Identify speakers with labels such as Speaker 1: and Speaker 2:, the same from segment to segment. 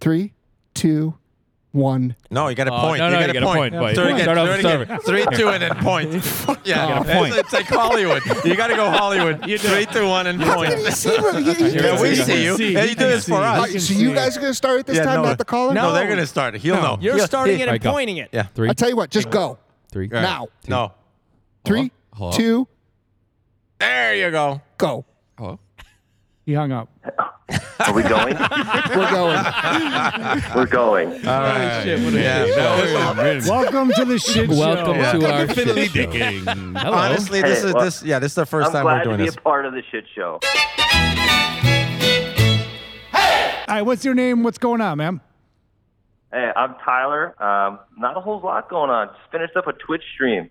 Speaker 1: Three, two, one.
Speaker 2: No, you got a
Speaker 3: Oh,
Speaker 2: point.
Speaker 3: no,
Speaker 2: you
Speaker 3: no,
Speaker 2: got
Speaker 3: you
Speaker 2: a
Speaker 3: got a
Speaker 2: point.
Speaker 3: point,
Speaker 2: Do
Speaker 3: buddy.
Speaker 2: it again.
Speaker 3: Start
Speaker 2: Do
Speaker 3: off
Speaker 2: it again. Three, two, and then point. yeah,
Speaker 3: got a point.
Speaker 2: It's, it's like Hollywood. You got to go Hollywood.
Speaker 3: You do.
Speaker 2: Three, two, one, and point.
Speaker 1: You see what- you- you-
Speaker 2: Yeah, we
Speaker 3: You
Speaker 2: see you.
Speaker 3: can see,
Speaker 2: Yeah,
Speaker 3: you
Speaker 2: you do
Speaker 3: can
Speaker 2: this
Speaker 3: see.
Speaker 2: for us.
Speaker 1: Alright, so you guys are gonna start it this
Speaker 2: Yeah,
Speaker 1: time,
Speaker 2: no.
Speaker 1: not the caller?
Speaker 2: No, they're gonna start it. He'll know.
Speaker 4: You're starting
Speaker 3: All
Speaker 4: it and
Speaker 3: right, go.
Speaker 4: pointing it.
Speaker 2: Yeah.
Speaker 3: Three,
Speaker 1: I'll tell you what. Just go.
Speaker 3: three.
Speaker 2: All right.
Speaker 1: Now.
Speaker 2: No.
Speaker 1: Three,
Speaker 3: Hello?
Speaker 1: two,
Speaker 2: There you go.
Speaker 1: go.
Speaker 3: Hello?
Speaker 5: He hung up.
Speaker 6: Are we going?
Speaker 1: We're going.
Speaker 6: We're going.
Speaker 2: All right.
Speaker 3: Shit, what a
Speaker 2: Yeah,
Speaker 3: shit
Speaker 2: that was-
Speaker 5: Welcome to the shit show.
Speaker 3: Welcome to our
Speaker 2: Fiddly
Speaker 3: shit show. Hello.
Speaker 2: Honestly, this
Speaker 6: Hey,
Speaker 2: is
Speaker 6: well,
Speaker 2: this. Yeah, this is the 1st
Speaker 6: I'm
Speaker 2: time
Speaker 6: glad
Speaker 2: we're
Speaker 6: to
Speaker 2: doing
Speaker 6: be
Speaker 2: this.
Speaker 6: a part of the shit show.
Speaker 5: All right, what's your name? What's going on, ma'am?
Speaker 6: Hey, I'm Tyler. Um, not a whole lot going on. Just finished up a Twitch stream.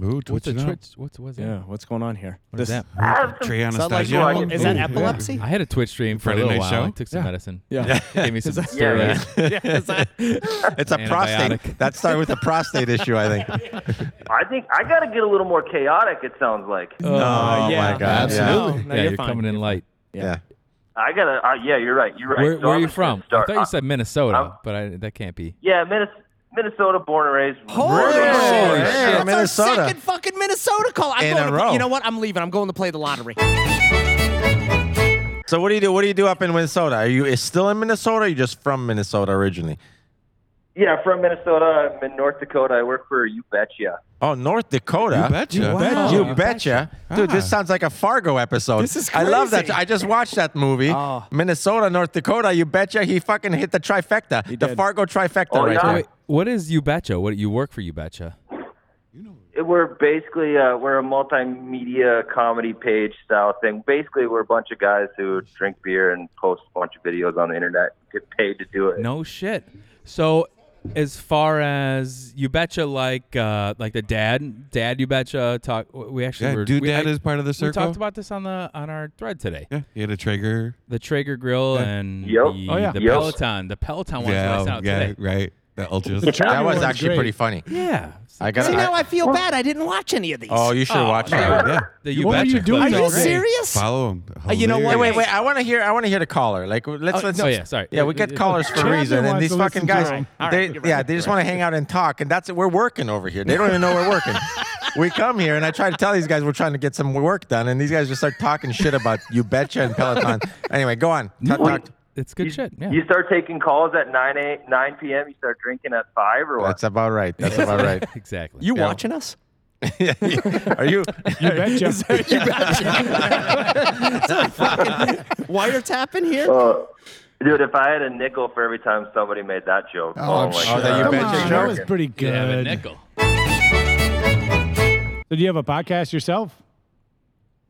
Speaker 3: Oh,
Speaker 7: Ooh,
Speaker 3: What's
Speaker 7: twitching
Speaker 3: a
Speaker 7: up.
Speaker 3: Twitch? What's was
Speaker 4: Yeah, what's going on here?
Speaker 7: What is
Speaker 4: This-
Speaker 7: that?
Speaker 6: I have some-
Speaker 7: Tree
Speaker 4: Is that, like,
Speaker 7: Anastasia?
Speaker 4: like- is that
Speaker 7: Ooh.
Speaker 4: epilepsy?
Speaker 3: I had a Twitch stream for a
Speaker 7: Friday
Speaker 3: little
Speaker 7: night
Speaker 3: while.
Speaker 7: show?
Speaker 3: I took some medicine.
Speaker 4: Yeah.
Speaker 3: Gave me some
Speaker 6: Yeah, yeah.
Speaker 3: steroids.
Speaker 4: yeah. is that-
Speaker 2: It's a prostate.
Speaker 3: Antibiotic.
Speaker 2: That started with a prostate issue, I think.
Speaker 6: I think I got to get a little more chaotic. It sounds like
Speaker 4: Uh,
Speaker 2: Oh, my
Speaker 4: yeah.
Speaker 2: God,
Speaker 3: Oh, Absolutely.
Speaker 4: No, no,
Speaker 3: yeah,
Speaker 4: you're
Speaker 3: Oh, you're,
Speaker 4: fine.
Speaker 3: coming in light.
Speaker 2: Yeah.
Speaker 6: I gotta. Uh, yeah, you're right. You're right.
Speaker 3: Where,
Speaker 6: So
Speaker 3: where are
Speaker 6: I'm
Speaker 3: you
Speaker 6: just gonna
Speaker 3: from? I
Speaker 6: start-
Speaker 3: thought you said Minnesota,
Speaker 6: I'm-
Speaker 3: but I, that can't be.
Speaker 6: yeah, Minnesota, Minnesota, born and raised.
Speaker 4: Holy
Speaker 2: Oh,
Speaker 4: shit.
Speaker 2: yeah,
Speaker 4: That's
Speaker 2: Minnesota.
Speaker 4: our second fucking Minnesota call. I'm
Speaker 2: In
Speaker 4: going
Speaker 2: a
Speaker 4: to,
Speaker 2: row.
Speaker 4: You know what? I'm leaving. I'm going to play the lottery.
Speaker 2: So what do you do? What do you do up in Minnesota? Are you is still in Minnesota? Or are you just from Minnesota originally?
Speaker 6: Yeah, from Minnesota. I'm in North Dakota. I work for You Betcha.
Speaker 2: Oh, North Dakota.
Speaker 7: You betcha. You
Speaker 4: betcha.
Speaker 2: You
Speaker 4: You
Speaker 2: betcha. Dude, this
Speaker 7: Ah.
Speaker 2: sounds like a Fargo episode.
Speaker 4: This is
Speaker 2: I love that.
Speaker 4: crazy.
Speaker 2: I just watched that movie.
Speaker 4: Oh.
Speaker 2: Minnesota, North Dakota. You betcha. He fucking hit the trifecta. The
Speaker 4: did.
Speaker 2: Fargo trifecta
Speaker 6: Oh,
Speaker 2: right
Speaker 6: yeah?
Speaker 3: So
Speaker 2: there.
Speaker 3: wait, what is You Betcha? What you work for You Betcha?
Speaker 6: It- We're basically uh, we're a multimedia comedy page style thing. Basically, we're a bunch of guys who drink beer and post a bunch of videos on the internet. Get paid to do it.
Speaker 3: No shit. So as far as You Betcha, like uh, like the dad, dad You Betcha talk. We actually
Speaker 7: Yeah,
Speaker 3: were,
Speaker 7: Dude
Speaker 3: we,
Speaker 7: Dad
Speaker 3: I-
Speaker 7: is part of the
Speaker 3: We
Speaker 7: circle.
Speaker 3: talked about this on the on our thread today.
Speaker 7: Yeah, he had a Traeger.
Speaker 3: The Traeger Grill and
Speaker 6: Yup.
Speaker 3: the,
Speaker 5: Oh, yeah.
Speaker 3: the
Speaker 6: Yup.
Speaker 3: Peloton. The Peloton one's
Speaker 7: yeah,
Speaker 3: nice out
Speaker 7: yeah,
Speaker 3: today.
Speaker 7: right. The ultras.
Speaker 2: That was
Speaker 5: Everyone's
Speaker 2: actually
Speaker 5: great.
Speaker 2: pretty funny.
Speaker 3: Yeah.
Speaker 2: I got
Speaker 4: See, now
Speaker 2: I,
Speaker 4: I feel bad. I didn't watch any of these.
Speaker 2: Oh, you should watch
Speaker 7: yeah,
Speaker 2: that.
Speaker 7: yeah.
Speaker 3: The you
Speaker 5: what were
Speaker 3: betcha.
Speaker 5: you doing
Speaker 4: Are you
Speaker 5: all day?
Speaker 4: serious?
Speaker 7: Follow him.
Speaker 4: you know what?
Speaker 2: Wait, wait,
Speaker 7: Hilarious.
Speaker 2: wait. I want to hear. I want to hear the caller. Like, let's.
Speaker 3: Oh,
Speaker 2: let's
Speaker 3: no, yeah, sorry.
Speaker 2: Yeah, we
Speaker 3: Uh,
Speaker 2: get
Speaker 3: uh,
Speaker 2: callers for a
Speaker 5: Trevor
Speaker 2: reason, and
Speaker 5: wants
Speaker 2: these
Speaker 5: to
Speaker 2: fucking
Speaker 5: listen to
Speaker 2: guys.
Speaker 5: him.
Speaker 4: All right,
Speaker 2: they,
Speaker 4: you're right,
Speaker 2: yeah, they just want to hang out and talk, and that's it. We're working over here. They don't even know we're working. we come here, and I try to tell these guys we're trying to get some work done, and these guys just start talking shit about you betcha and Peloton. anyway, go on. Talk, talk.
Speaker 3: It's good shit. Yeah.
Speaker 6: You start taking calls at 9 8, 9 p.m. You start drinking at 5 or what?
Speaker 2: That's about right. That's about right.
Speaker 3: exactly.
Speaker 4: You
Speaker 2: Yeah.
Speaker 4: watching us?
Speaker 2: Yeah. Are you?
Speaker 5: You betcha.
Speaker 4: Wiretapping here?
Speaker 6: Uh, dude, if I had a nickel for every time somebody made that joke,
Speaker 1: Oh, I'm
Speaker 6: my
Speaker 1: sure.
Speaker 2: Oh, that you
Speaker 6: God.
Speaker 5: Come
Speaker 2: betcha
Speaker 5: on, that
Speaker 2: joke.
Speaker 5: was pretty good.
Speaker 3: Yeah, but nickel.
Speaker 5: So do you have a podcast yourself?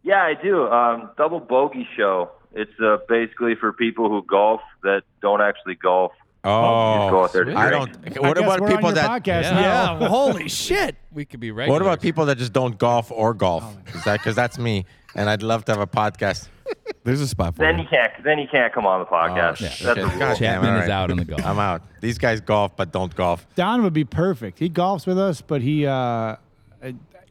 Speaker 6: Yeah, I do. Um, Double Bogey Show. It's uh, basically for people who golf that don't actually golf. Just go
Speaker 2: Oh,
Speaker 6: out there to
Speaker 2: I
Speaker 6: drink.
Speaker 2: don't.
Speaker 5: I
Speaker 2: What
Speaker 5: guess
Speaker 2: about
Speaker 5: we're on
Speaker 2: people
Speaker 5: your
Speaker 2: that?
Speaker 5: podcast
Speaker 3: Yeah.
Speaker 5: now.
Speaker 4: Yeah. well, holy shit.
Speaker 3: We could be regular.
Speaker 2: What about people that just don't golf or golf? Is that because that's me, and I'd love to have a podcast.
Speaker 7: There's a spot for
Speaker 6: Then you
Speaker 7: him.
Speaker 6: can't. Then you can't come on the podcast.
Speaker 2: shit.
Speaker 6: That's
Speaker 2: Okay.
Speaker 6: a rule.
Speaker 2: Gotcha. Damn,
Speaker 3: Chapman
Speaker 2: all
Speaker 3: is
Speaker 2: right.
Speaker 3: out on the golf.
Speaker 2: I'm out. These guys golf but don't golf.
Speaker 5: Don would be perfect. He golfs with us, but he. Uh, I-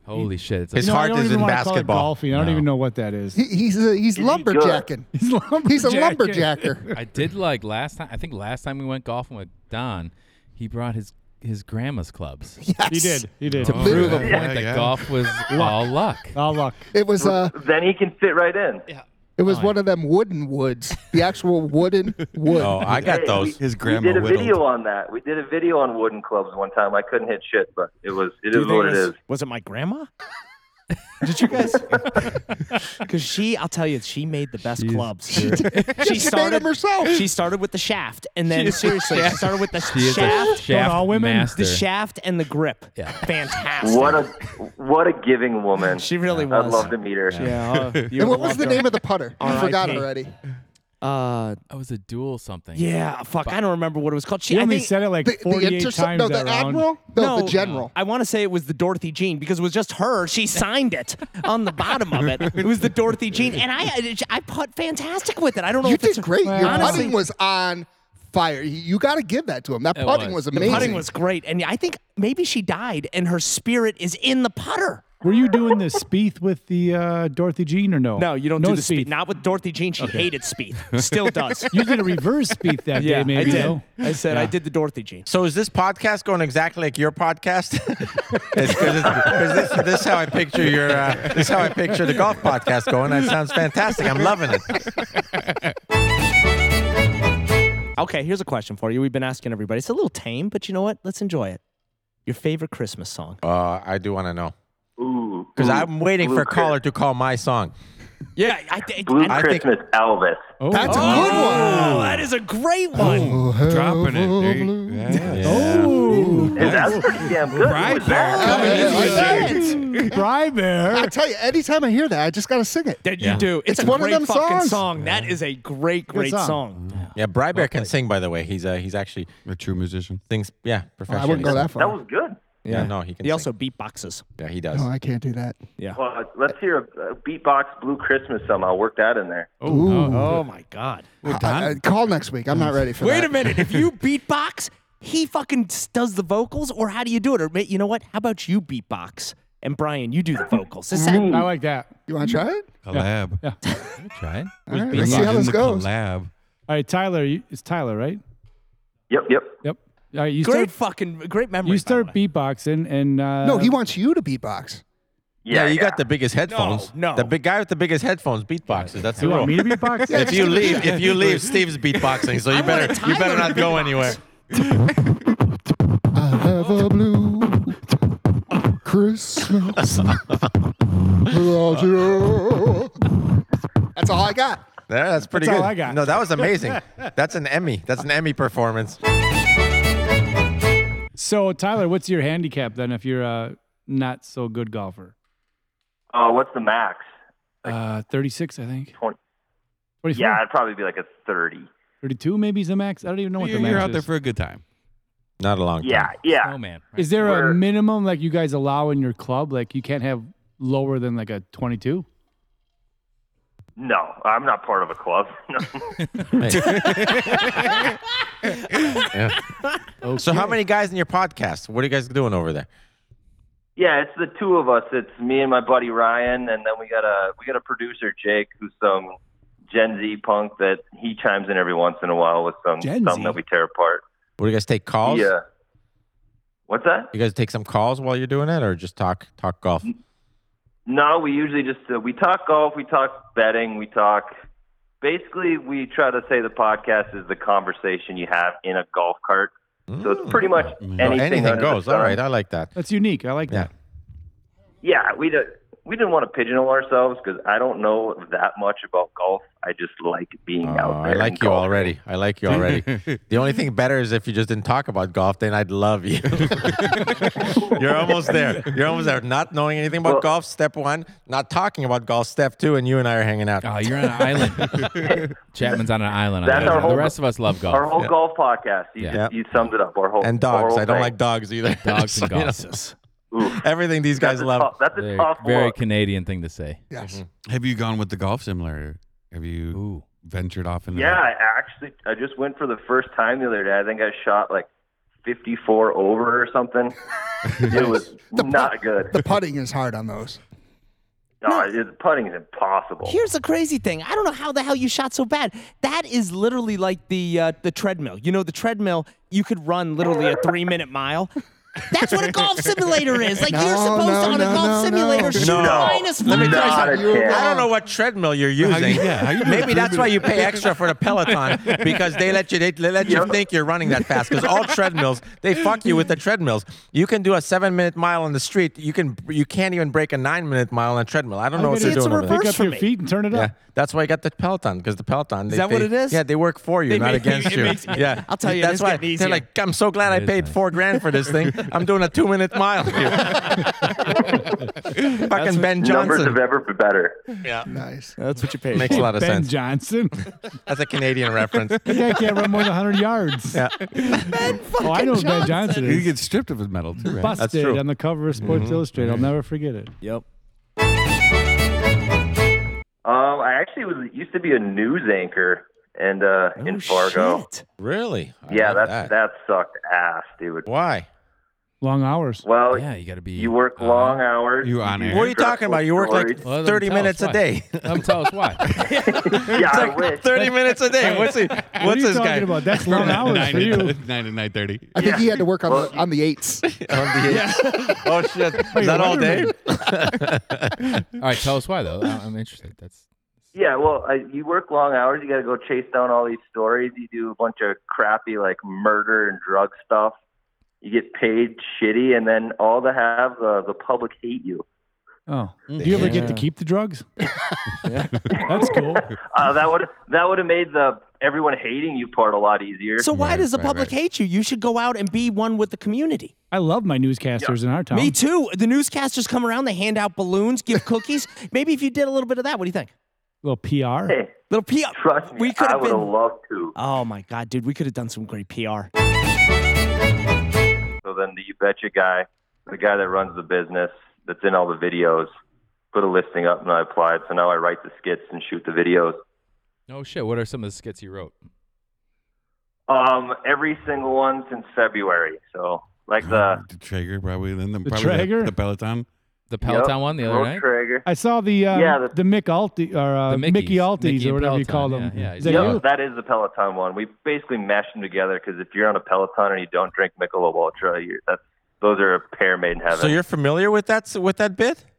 Speaker 3: Holy shit! It's
Speaker 2: His
Speaker 5: you know, I
Speaker 2: heart
Speaker 5: don't
Speaker 2: is
Speaker 5: even
Speaker 2: in
Speaker 5: wanna Call it
Speaker 2: basketball.
Speaker 5: golfing. I don't even know what that is.
Speaker 1: He, he's a, he's lumberjacking.
Speaker 5: He's lumberjacking.
Speaker 1: He's a lumberjacker.
Speaker 3: I did like last time. I think last time we went golfing with Don, he brought his his grandma's clubs
Speaker 1: Yes.
Speaker 5: He did. He did. Oh,
Speaker 3: to prove a point
Speaker 7: yeah,
Speaker 3: that
Speaker 7: yeah.
Speaker 3: golf was all luck.
Speaker 5: All luck.
Speaker 1: It was uh
Speaker 6: Then he can fit right in.
Speaker 1: it was one of them wooden woods. The actual wooden wood.
Speaker 2: Oh, I got
Speaker 6: Hey,
Speaker 2: those.
Speaker 7: His
Speaker 6: We
Speaker 7: grandma
Speaker 6: did a
Speaker 7: whittled.
Speaker 6: video on that. We did a video on wooden clubs one time. I couldn't hit shit, but it was it
Speaker 4: Do you
Speaker 6: is
Speaker 4: think
Speaker 6: what it
Speaker 4: it was-
Speaker 6: is.
Speaker 4: Was it my grandma? Did you guys? Because she, I'll tell you, she made the best clubs. She,
Speaker 1: She made them herself.
Speaker 4: She started with the shaft, and then seriously, she started with the
Speaker 3: He is a
Speaker 4: shaft,
Speaker 3: shaft
Speaker 5: all women?
Speaker 3: master.
Speaker 4: the shaft, and the grip.
Speaker 3: Yeah.
Speaker 4: Fantastic.
Speaker 6: What a what a giving woman.
Speaker 4: She really
Speaker 6: I'd
Speaker 4: was.
Speaker 6: love to meet her.
Speaker 4: Yeah. oh, you
Speaker 1: and what
Speaker 4: would
Speaker 1: was the
Speaker 4: love her.
Speaker 1: name of the putter? I
Speaker 4: R.I.P.
Speaker 1: forgot already.
Speaker 4: Uh,
Speaker 3: That was a duel something.
Speaker 4: yeah. Fuck, I don't remember what it was called. She,
Speaker 5: He
Speaker 4: I
Speaker 5: only
Speaker 4: think,
Speaker 5: said it like
Speaker 1: The, the
Speaker 5: 48
Speaker 1: interse-
Speaker 5: times
Speaker 1: no, the
Speaker 5: that round.
Speaker 1: admiral, no, the general.
Speaker 4: I want to say it was the Dorothy Jean because it was just her. She signed it on the bottom of it. It was the Dorothy Jean, and I I put fantastic with it. I don't know
Speaker 1: You
Speaker 4: if it's
Speaker 1: did great. Your
Speaker 4: honestly,
Speaker 1: putting was on fire. You- You got to give that to him. That
Speaker 3: It
Speaker 1: putting was,
Speaker 3: was.
Speaker 1: amazing.
Speaker 4: putting was great, and I think maybe she died, and her spirit is in the putter.
Speaker 5: Were you doing the Speeth with the uh, Dorothy Jean or no?
Speaker 4: No, you don't
Speaker 5: no
Speaker 4: do the speed. Not with Dorothy Jean. She hated speed. Still does.
Speaker 5: You did a reverse Speeth that day,
Speaker 4: I
Speaker 5: maybe.
Speaker 4: did.
Speaker 5: no?
Speaker 4: I said I did the Dorothy Jean.
Speaker 2: So is this podcast going exactly like your podcast? It's 'cause it's- 'cause this, this is how I picture your uh, this is how I picture the golf podcast going. That sounds fantastic. I'm loving it.
Speaker 4: Okay, here's a question for you. We've been asking everybody. It's a little tame, but you know what? Let's enjoy it. Your favorite Christmas song?
Speaker 2: Uh, I do want to know
Speaker 6: Ooh.
Speaker 2: because
Speaker 6: ooh,
Speaker 2: I'm waiting
Speaker 6: Blue
Speaker 2: for a
Speaker 6: Christ-
Speaker 2: caller to call my song.
Speaker 4: Yeah, I, I,
Speaker 6: Blue
Speaker 4: I-
Speaker 2: I think-
Speaker 6: Christmas Elvis.
Speaker 5: Oh,
Speaker 1: That's a
Speaker 4: oh,
Speaker 1: good one.
Speaker 4: that is a great one.
Speaker 7: Dropping it. dude.
Speaker 1: Yeah.
Speaker 7: Yeah.
Speaker 5: Oh,
Speaker 6: Dude, that was pretty damn good.
Speaker 7: Right
Speaker 6: wasn't it?
Speaker 7: there.
Speaker 1: I like it.
Speaker 5: Bry Bear.
Speaker 1: I tell you, anytime I hear that, I just gotta sing it.
Speaker 4: That you do. It's,
Speaker 1: It's
Speaker 4: a
Speaker 1: one of
Speaker 4: great
Speaker 1: them
Speaker 4: fucking
Speaker 1: songs.
Speaker 4: song. That is a great, great
Speaker 5: song.
Speaker 4: song.
Speaker 2: Yeah, Bry Bear can sing. By the way, he's uh, he's actually
Speaker 7: A true musician.
Speaker 2: things. Yeah,
Speaker 1: I
Speaker 2: professionally.
Speaker 1: wouldn't go that
Speaker 6: That
Speaker 1: far. Oh,
Speaker 6: was good.
Speaker 2: Yeah, no, he can.
Speaker 4: He
Speaker 2: sing.
Speaker 4: also beatboxes.
Speaker 2: yeah, he does.
Speaker 1: No, I can't do that.
Speaker 6: Well, uh, let's hear a, a beatbox Blue Christmas somehow. Work that in there.
Speaker 4: Oh my god!
Speaker 1: I- I- call next week. I'm not ready for
Speaker 4: Wait
Speaker 1: that.
Speaker 4: a minute. If you beatbox, he fucking s- does the vocals, or how do you do it? Or ma- you know what? How about you beatbox and Brian, you do the vocals. It's that-
Speaker 5: I like that.
Speaker 1: You want to try it?
Speaker 7: Collab.
Speaker 5: Yeah.
Speaker 7: Try it.
Speaker 1: All right,
Speaker 7: Big
Speaker 1: let's see how
Speaker 7: in
Speaker 1: this
Speaker 7: the
Speaker 1: goes.
Speaker 7: Collab.
Speaker 5: All right, Tyler. You, it's Tyler, right?
Speaker 6: Yep, yep.
Speaker 5: Yep. All right, you
Speaker 4: great
Speaker 5: start.
Speaker 4: fucking great memory.
Speaker 5: You
Speaker 4: by
Speaker 5: start
Speaker 4: the way.
Speaker 5: beatboxing, and uh,
Speaker 1: No, he wants you to beatbox.
Speaker 2: Yeah, you got the biggest headphones.
Speaker 4: no.
Speaker 2: the big guy with the biggest headphones beatboxes. That's the
Speaker 5: You
Speaker 2: rule.
Speaker 5: want me to beatbox?
Speaker 2: if you leave, if you leave, Steve's beatboxing. So you better you better not go anywhere.
Speaker 1: I have a blue Christmas without you. That's all I got.
Speaker 2: There, that's pretty
Speaker 5: That's
Speaker 2: good.
Speaker 5: all I got.
Speaker 2: No, that was amazing. that's an Emmy. That's an Emmy performance.
Speaker 5: So, Tyler, what's your handicap then? If you're a not so good golfer,
Speaker 6: Oh, what's the max?
Speaker 5: uh, 36, I think.
Speaker 6: 20.
Speaker 5: 24,
Speaker 6: Yeah, I'd probably be like a 30.
Speaker 5: 32, maybe is the max. I don't even know what
Speaker 7: You're,
Speaker 5: the max
Speaker 7: you're out there
Speaker 5: is.
Speaker 7: for a good time.
Speaker 2: Not a long time.
Speaker 6: Yeah, yeah.
Speaker 3: Oh man.
Speaker 5: is there a
Speaker 6: We're-
Speaker 5: minimum like you guys allow in your club? Like you can't have lower than like a 22.
Speaker 6: No, I'm not part of a club. No.
Speaker 2: So how many guys in your podcast? What are you guys doing over there?
Speaker 6: yeah, it's the two of us. It's me and my buddy Ryan, and then we got a we got a producer Jake, who's some Gen Z punk that he chimes in every once in a while with some
Speaker 5: Gen Z?
Speaker 6: something that we tear apart.
Speaker 2: What do you guys take calls?
Speaker 6: Yeah. What's that?
Speaker 2: You guys take some calls while you're doing it, or just talk talk golf?
Speaker 6: No, we usually just uh, we talk golf, we talk betting, we talk. Basically, we try to say the podcast is the conversation you have in a golf cart. So it's pretty much anything,
Speaker 2: No, Hmm. anything
Speaker 6: under the
Speaker 2: goes. All
Speaker 6: sun.
Speaker 2: right, I like that.
Speaker 5: That's unique. I like
Speaker 2: Yeah.
Speaker 5: that.
Speaker 6: Yeah, we did. We didn't want to pigeonhole ourselves because I don't know that much about golf. I just like being
Speaker 2: Oh,
Speaker 6: out
Speaker 2: I
Speaker 6: there. and
Speaker 2: like you
Speaker 6: golfing.
Speaker 2: already. I like you already. the only thing better is if you just didn't talk about golf, then I'd love you. You're almost there. You're almost there. Not knowing anything about
Speaker 6: Well-
Speaker 2: golf, step one. Not talking about golf, step two. And you and I are hanging out.
Speaker 3: Oh, you're on an island. Chapman's on an island. on
Speaker 6: That's
Speaker 3: that.
Speaker 6: our whole-
Speaker 3: the rest of us love golf.
Speaker 6: Our whole golf podcast. You,
Speaker 3: Yeah.
Speaker 6: just- you summed it up. Our whole
Speaker 2: And
Speaker 6: our
Speaker 2: dogs.
Speaker 6: whole
Speaker 2: I don't
Speaker 6: thing.
Speaker 2: like dogs either.
Speaker 3: Dogs
Speaker 2: So,
Speaker 3: and
Speaker 2: you know,
Speaker 3: golf.
Speaker 6: Oof.
Speaker 2: everything these guys
Speaker 6: That's a
Speaker 2: love.
Speaker 6: tough- that's a
Speaker 3: Very,
Speaker 6: tough
Speaker 3: very
Speaker 6: look.
Speaker 3: Canadian thing to say.
Speaker 1: Yes.
Speaker 7: Have you gone with the golf simulator? Have you
Speaker 3: Ooh.
Speaker 7: ventured off in
Speaker 6: Yeah,
Speaker 7: that?
Speaker 6: I actually, I just went for the first time the other day. I think I shot like 54 over or something. it was not good.
Speaker 1: The putting is hard on those.
Speaker 6: No, it, putting is impossible.
Speaker 4: Here's the crazy thing. I don't know how the hell you shot so bad. That is literally like the uh, the treadmill. You know, the treadmill. You could run literally a three minute mile. That's what a golf simulator is. Like you're
Speaker 1: No,
Speaker 4: supposed
Speaker 1: no,
Speaker 4: to on a
Speaker 1: no,
Speaker 4: golf
Speaker 1: no,
Speaker 4: simulator
Speaker 1: no.
Speaker 4: shoot
Speaker 2: No.
Speaker 4: a minus
Speaker 2: Let me
Speaker 4: five.
Speaker 2: tell you
Speaker 6: Not a
Speaker 1: something.
Speaker 6: chance.
Speaker 2: I don't know what treadmill you're
Speaker 7: How you-
Speaker 2: using.
Speaker 7: yeah, how you doing
Speaker 2: Maybe that's why you pay extra for the Peloton because they let you they, they let you
Speaker 6: Yep.
Speaker 2: think you're running that fast. Because all treadmills, they fuck you with the treadmills. You can do a seven minute mile on the street. You can you can't even break a nine minute mile on a treadmill. I don't know what
Speaker 5: gotta
Speaker 2: they're
Speaker 4: it's a
Speaker 2: doing. over there.
Speaker 5: Pick
Speaker 4: reverse
Speaker 5: up
Speaker 4: for
Speaker 5: your
Speaker 4: me.
Speaker 5: feet and turn it
Speaker 2: Yeah,
Speaker 5: up.
Speaker 2: that's why I got the Peloton because the Peloton. They,
Speaker 4: that what
Speaker 2: they-
Speaker 4: it is?
Speaker 2: Yeah, they work for you,
Speaker 4: They
Speaker 2: not
Speaker 4: make-
Speaker 2: against
Speaker 4: it
Speaker 2: you.
Speaker 4: makes-
Speaker 2: yeah,
Speaker 4: I'll tell you, it
Speaker 2: that's
Speaker 4: is
Speaker 2: why
Speaker 4: getting
Speaker 2: they're
Speaker 4: easier.
Speaker 2: like, I'm so glad I
Speaker 3: is
Speaker 2: paid
Speaker 3: nice.
Speaker 2: four grand for this thing. I'm doing a two minute mile here. Fucking Ben
Speaker 6: Numbers
Speaker 2: Johnson
Speaker 6: have ever been better.
Speaker 1: Nice.
Speaker 4: That's what you pay.
Speaker 2: makes a lot of
Speaker 5: ben
Speaker 2: sense.
Speaker 5: Johnson.
Speaker 2: That's a Canadian reference.
Speaker 5: yeah, can't run more than 100 yards.
Speaker 2: Yeah.
Speaker 5: Oh, I know who Ben Johnson
Speaker 7: You
Speaker 5: is.
Speaker 7: get stripped of his medal too, right?
Speaker 5: busted
Speaker 2: true.
Speaker 5: on the cover of Sports Illustrated. I'll never forget it.
Speaker 4: Yep.
Speaker 6: Um, I actually was used to be a news anchor and uh, in Fargo.
Speaker 4: Shit.
Speaker 2: Really? I
Speaker 6: Yeah,
Speaker 2: love
Speaker 6: that that sucked ass, dude.
Speaker 2: Why?
Speaker 5: Long hours.
Speaker 6: Well,
Speaker 3: yeah, you got to be.
Speaker 6: you work
Speaker 3: uh,
Speaker 6: long hours.
Speaker 7: You on air.
Speaker 2: What are you talking about? You work like
Speaker 6: Stories.
Speaker 3: Well, then
Speaker 2: 30
Speaker 3: tell us
Speaker 2: minutes a
Speaker 3: why.
Speaker 2: day.
Speaker 3: Come Um, tell us why.
Speaker 6: yeah, I wish.
Speaker 2: 30 minutes a day. What's he,
Speaker 5: what are
Speaker 2: what's
Speaker 5: you
Speaker 2: this
Speaker 5: talking
Speaker 2: guy?
Speaker 5: about? That's long hours for you.
Speaker 7: nine to nine thirty.
Speaker 1: I think
Speaker 6: Yeah.
Speaker 1: he had to work on
Speaker 6: Well,
Speaker 1: the, on the eights.
Speaker 2: On the- Oh shit! Is that all day?
Speaker 3: All right, tell us why though. I- I'm interested. That's
Speaker 6: Yeah, well, I, you work long hours. You got to go chase down all these stories. You do a bunch of crappy like murder and drug stuff. You get paid shitty, and then all to have uh, the public hate you.
Speaker 5: Oh, do you ever get to keep the drugs? That's cool.
Speaker 6: Uh, that would that would have made the everyone hating you part a lot easier.
Speaker 4: So why
Speaker 7: Right,
Speaker 4: does the
Speaker 7: right,
Speaker 4: public
Speaker 7: right.
Speaker 4: hate you? You should go out and be one with the community.
Speaker 5: I love my newscasters in our town.
Speaker 4: Me too. The newscasters come around, they hand out balloons, give cookies. Maybe if you did a little bit of that, what do you think?
Speaker 5: Little PR.
Speaker 6: hey,
Speaker 4: Little PR.
Speaker 6: trust me,
Speaker 4: We could
Speaker 6: I
Speaker 4: have
Speaker 6: would have
Speaker 4: been.
Speaker 6: loved to.
Speaker 4: Oh my God, dude, we could have done some great PR.
Speaker 6: So then the You Betcha guy, the guy that runs the business that's in all the videos, put a listing up and I applied. So now I write the skits and shoot the videos.
Speaker 3: no oh, shit. What are some of the skits you wrote?
Speaker 6: Um, every single one since February. So like the
Speaker 7: Traeger probably then the,
Speaker 5: The
Speaker 7: probably
Speaker 5: Traeger?
Speaker 7: the, the Peloton.
Speaker 3: The Peloton
Speaker 6: Yep,
Speaker 3: one the other
Speaker 6: Road
Speaker 3: night.
Speaker 6: Traeger.
Speaker 5: I saw the um,
Speaker 6: Yeah, the-
Speaker 5: the, Mick Alti or uh,
Speaker 3: The Mickeys.
Speaker 5: Mickey Altis
Speaker 3: Mickey
Speaker 5: or
Speaker 3: and
Speaker 5: whatever you call
Speaker 3: Peloton,
Speaker 5: them.
Speaker 3: yeah, yeah.
Speaker 5: Is that
Speaker 3: Yeah.
Speaker 5: you?
Speaker 6: Yep, that is the Peloton one. We basically mashed them together because if you're on a Peloton and you don't drink Michelob Ultra, you're, that's those are a pair made in heaven.
Speaker 2: So you're familiar with that s- with that bit? Oh,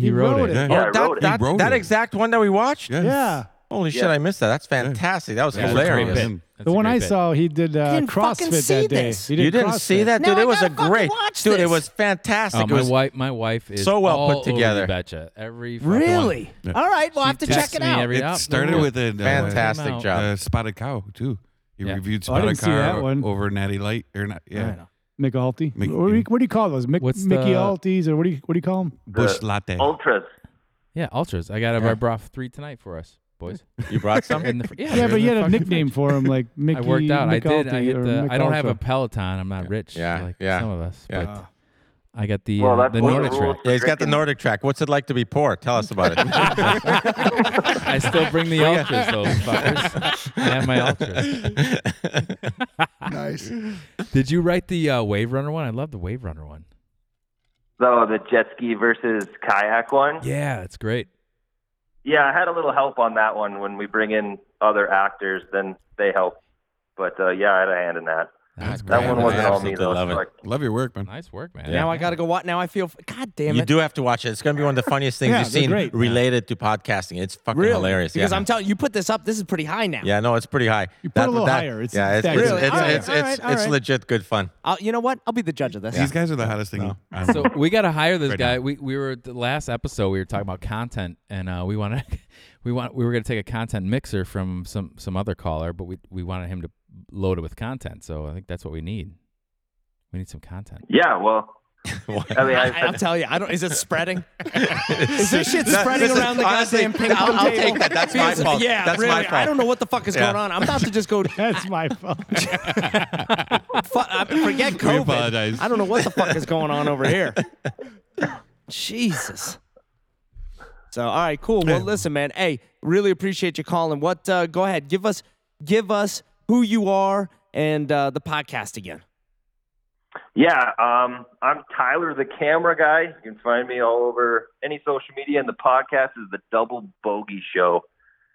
Speaker 5: He wrote it.
Speaker 7: Yeah.
Speaker 6: Yeah, I
Speaker 2: that
Speaker 6: wrote it.
Speaker 2: that,
Speaker 7: He wrote
Speaker 2: that
Speaker 7: it.
Speaker 2: exact one that we watched.
Speaker 7: Yeah.
Speaker 5: Yeah.
Speaker 2: Holy shit!
Speaker 6: Yeah.
Speaker 2: I missed that. That's fantastic. That was
Speaker 7: Yeah,
Speaker 2: hilarious.
Speaker 7: that's a great
Speaker 5: The one I
Speaker 3: Oh,
Speaker 5: saw, he did
Speaker 4: I
Speaker 5: uh,
Speaker 4: didn't fucking
Speaker 5: CrossFit
Speaker 4: see
Speaker 5: that day.
Speaker 4: this.
Speaker 5: He
Speaker 2: You didn't see
Speaker 5: CrossFit.
Speaker 2: that,
Speaker 4: Now
Speaker 2: dude?
Speaker 4: I
Speaker 2: it was a
Speaker 4: gotta fucking
Speaker 2: great
Speaker 4: watch
Speaker 2: dude. It
Speaker 4: this.
Speaker 2: was fantastic.
Speaker 3: Oh,
Speaker 2: it
Speaker 3: my
Speaker 2: was
Speaker 3: wife, my wife is
Speaker 2: so well
Speaker 3: all
Speaker 2: put
Speaker 3: over you
Speaker 2: together.
Speaker 3: Betcha every fucking one.
Speaker 4: Really?
Speaker 7: Yeah.
Speaker 4: All right, well, I
Speaker 3: She
Speaker 4: have to check
Speaker 3: texts
Speaker 4: it
Speaker 3: me
Speaker 4: out.
Speaker 3: every-
Speaker 7: It
Speaker 3: Yeah.
Speaker 7: started with a uh,
Speaker 2: fantastic
Speaker 3: Came out.
Speaker 7: Uh,
Speaker 2: job.
Speaker 7: spotted cow too. You
Speaker 3: Yeah.
Speaker 7: reviewed
Speaker 5: Oh, I
Speaker 7: spotted
Speaker 5: didn't see
Speaker 7: cow
Speaker 5: that one.
Speaker 7: over Natty Light or not?
Speaker 4: I
Speaker 7: Yeah,
Speaker 4: know.
Speaker 5: Mick Alti.
Speaker 7: Mick-
Speaker 5: what, do you, what do you call those? Mick,
Speaker 3: What's
Speaker 5: Mickey
Speaker 3: the-
Speaker 5: Altis or what do you what do you call them?
Speaker 7: Bush Latte.
Speaker 6: ultras.
Speaker 3: Yeah, ultras. I got a I brought three tonight for us boys.
Speaker 2: you brought some.
Speaker 3: In the, fr- yeah,
Speaker 5: Yeah, but
Speaker 3: in
Speaker 5: you
Speaker 3: the
Speaker 5: had a
Speaker 3: fucking
Speaker 5: nickname
Speaker 3: fridge.
Speaker 5: for him, like Mickey.
Speaker 3: I worked out. I
Speaker 5: Mick
Speaker 3: did. I
Speaker 5: Alti
Speaker 3: hit
Speaker 5: or
Speaker 3: the.
Speaker 5: Mick
Speaker 3: I don't have a
Speaker 5: Ultra.
Speaker 3: Peloton. I'm not rich.
Speaker 2: Yeah,
Speaker 3: like
Speaker 2: yeah.
Speaker 3: some of us.
Speaker 2: Yeah.
Speaker 3: But I got the
Speaker 6: Well,
Speaker 3: uh,
Speaker 6: that's
Speaker 3: the
Speaker 6: one of
Speaker 3: Nordic
Speaker 6: the
Speaker 3: track.
Speaker 6: rules.
Speaker 2: yeah, he's got the Nordic track. What's it like to be poor? Tell us about it.
Speaker 3: I still bring the ultras though, fuckers. I have my ultras.
Speaker 1: nice.
Speaker 3: Did you write the uh, Wave Runner one? I love the Wave Runner one.
Speaker 6: So the jet ski versus kayak one.
Speaker 3: Yeah, it's great.
Speaker 6: Yeah, I had a little help on that one. When we bring in other actors, then they help. But uh, yeah, I had a hand in that.
Speaker 3: That's
Speaker 6: That
Speaker 3: great.
Speaker 6: one wasn't
Speaker 2: I
Speaker 6: all me though.
Speaker 2: absolutely love
Speaker 6: so
Speaker 2: it.
Speaker 7: Love your work, man.
Speaker 3: Nice work, man.
Speaker 4: Now I got to go watch. Now I feel. God damn
Speaker 2: you
Speaker 4: it.
Speaker 2: do have to watch it. It's going to be one of the funniest things
Speaker 5: Yeah,
Speaker 2: you've
Speaker 5: they're
Speaker 2: seen
Speaker 5: great.
Speaker 2: related to podcasting. It's fucking
Speaker 4: Really?
Speaker 2: hilarious.
Speaker 4: Because
Speaker 2: yeah.
Speaker 4: I'm telling you, you put this up. This is pretty high now.
Speaker 2: yeah, no, it's pretty high.
Speaker 5: You put a little higher. It's-
Speaker 2: yeah, it's,
Speaker 5: it's-
Speaker 2: it's,
Speaker 5: Really?
Speaker 2: it's,
Speaker 5: All right,
Speaker 2: it's,
Speaker 5: all
Speaker 2: it's,
Speaker 5: right, all
Speaker 2: it's
Speaker 5: right.
Speaker 2: legit good fun.
Speaker 4: I'll, you know what? I'll be the judge of this.
Speaker 7: These guys are the hottest thing. I'm-
Speaker 3: so we got to hire this
Speaker 7: Right
Speaker 3: guy.
Speaker 7: now.
Speaker 3: We we were the last episode we were talking about content, and uh, we want to we want we were going to take a content mixer from some some other caller, but we we wanted him to load it with content. So I think that's what we need. We need some content.
Speaker 6: Yeah, well, I mean, I,
Speaker 4: I, will tell you. I don't. Is it spreading? is this shit
Speaker 2: That-
Speaker 4: spreading
Speaker 2: this is-
Speaker 4: around the
Speaker 2: honestly,
Speaker 4: goddamn ping
Speaker 2: I'll-
Speaker 4: pong
Speaker 2: I'll
Speaker 4: table?
Speaker 2: take that. That's my
Speaker 4: Because-
Speaker 2: fault.
Speaker 4: Yeah,
Speaker 2: That's
Speaker 4: really,
Speaker 2: my
Speaker 4: I
Speaker 2: fault.
Speaker 4: don't know what the fuck is
Speaker 2: Yeah.
Speaker 4: going on. I'm about to just go.
Speaker 5: That's my fault.
Speaker 4: Fu- uh, forget COVID.
Speaker 7: apologize.
Speaker 4: I don't know what the fuck is going on over here. Jesus. So all right, cool. Well, listen, man. Hey, really appreciate you calling. What? Uh, go ahead. Give us, give us who you are and uh, the podcast again.
Speaker 6: yeah, um, I'm Tyler, the camera guy. You can find me all over any social media, and the podcast is the Double Bogey Show.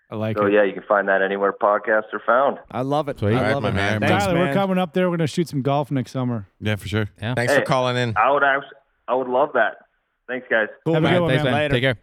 Speaker 5: I like
Speaker 6: So
Speaker 5: it.
Speaker 6: Oh, yeah, you can find that anywhere podcasts are found.
Speaker 4: I love it.
Speaker 3: Sweet.
Speaker 4: I
Speaker 3: All
Speaker 7: right,
Speaker 4: love
Speaker 7: my
Speaker 4: it,
Speaker 7: man.
Speaker 4: Thanks,
Speaker 5: Tyler, we're
Speaker 4: man.
Speaker 5: coming up there. We're gonna shoot some golf next summer.
Speaker 7: Yeah, for sure.
Speaker 3: Yeah.
Speaker 2: Thanks
Speaker 6: Hey.
Speaker 2: for calling in.
Speaker 6: I would, act- I would love that. Thanks, guys.
Speaker 5: Have a
Speaker 3: All right,
Speaker 5: good one,
Speaker 3: thanks,
Speaker 5: man.
Speaker 3: man. Take care.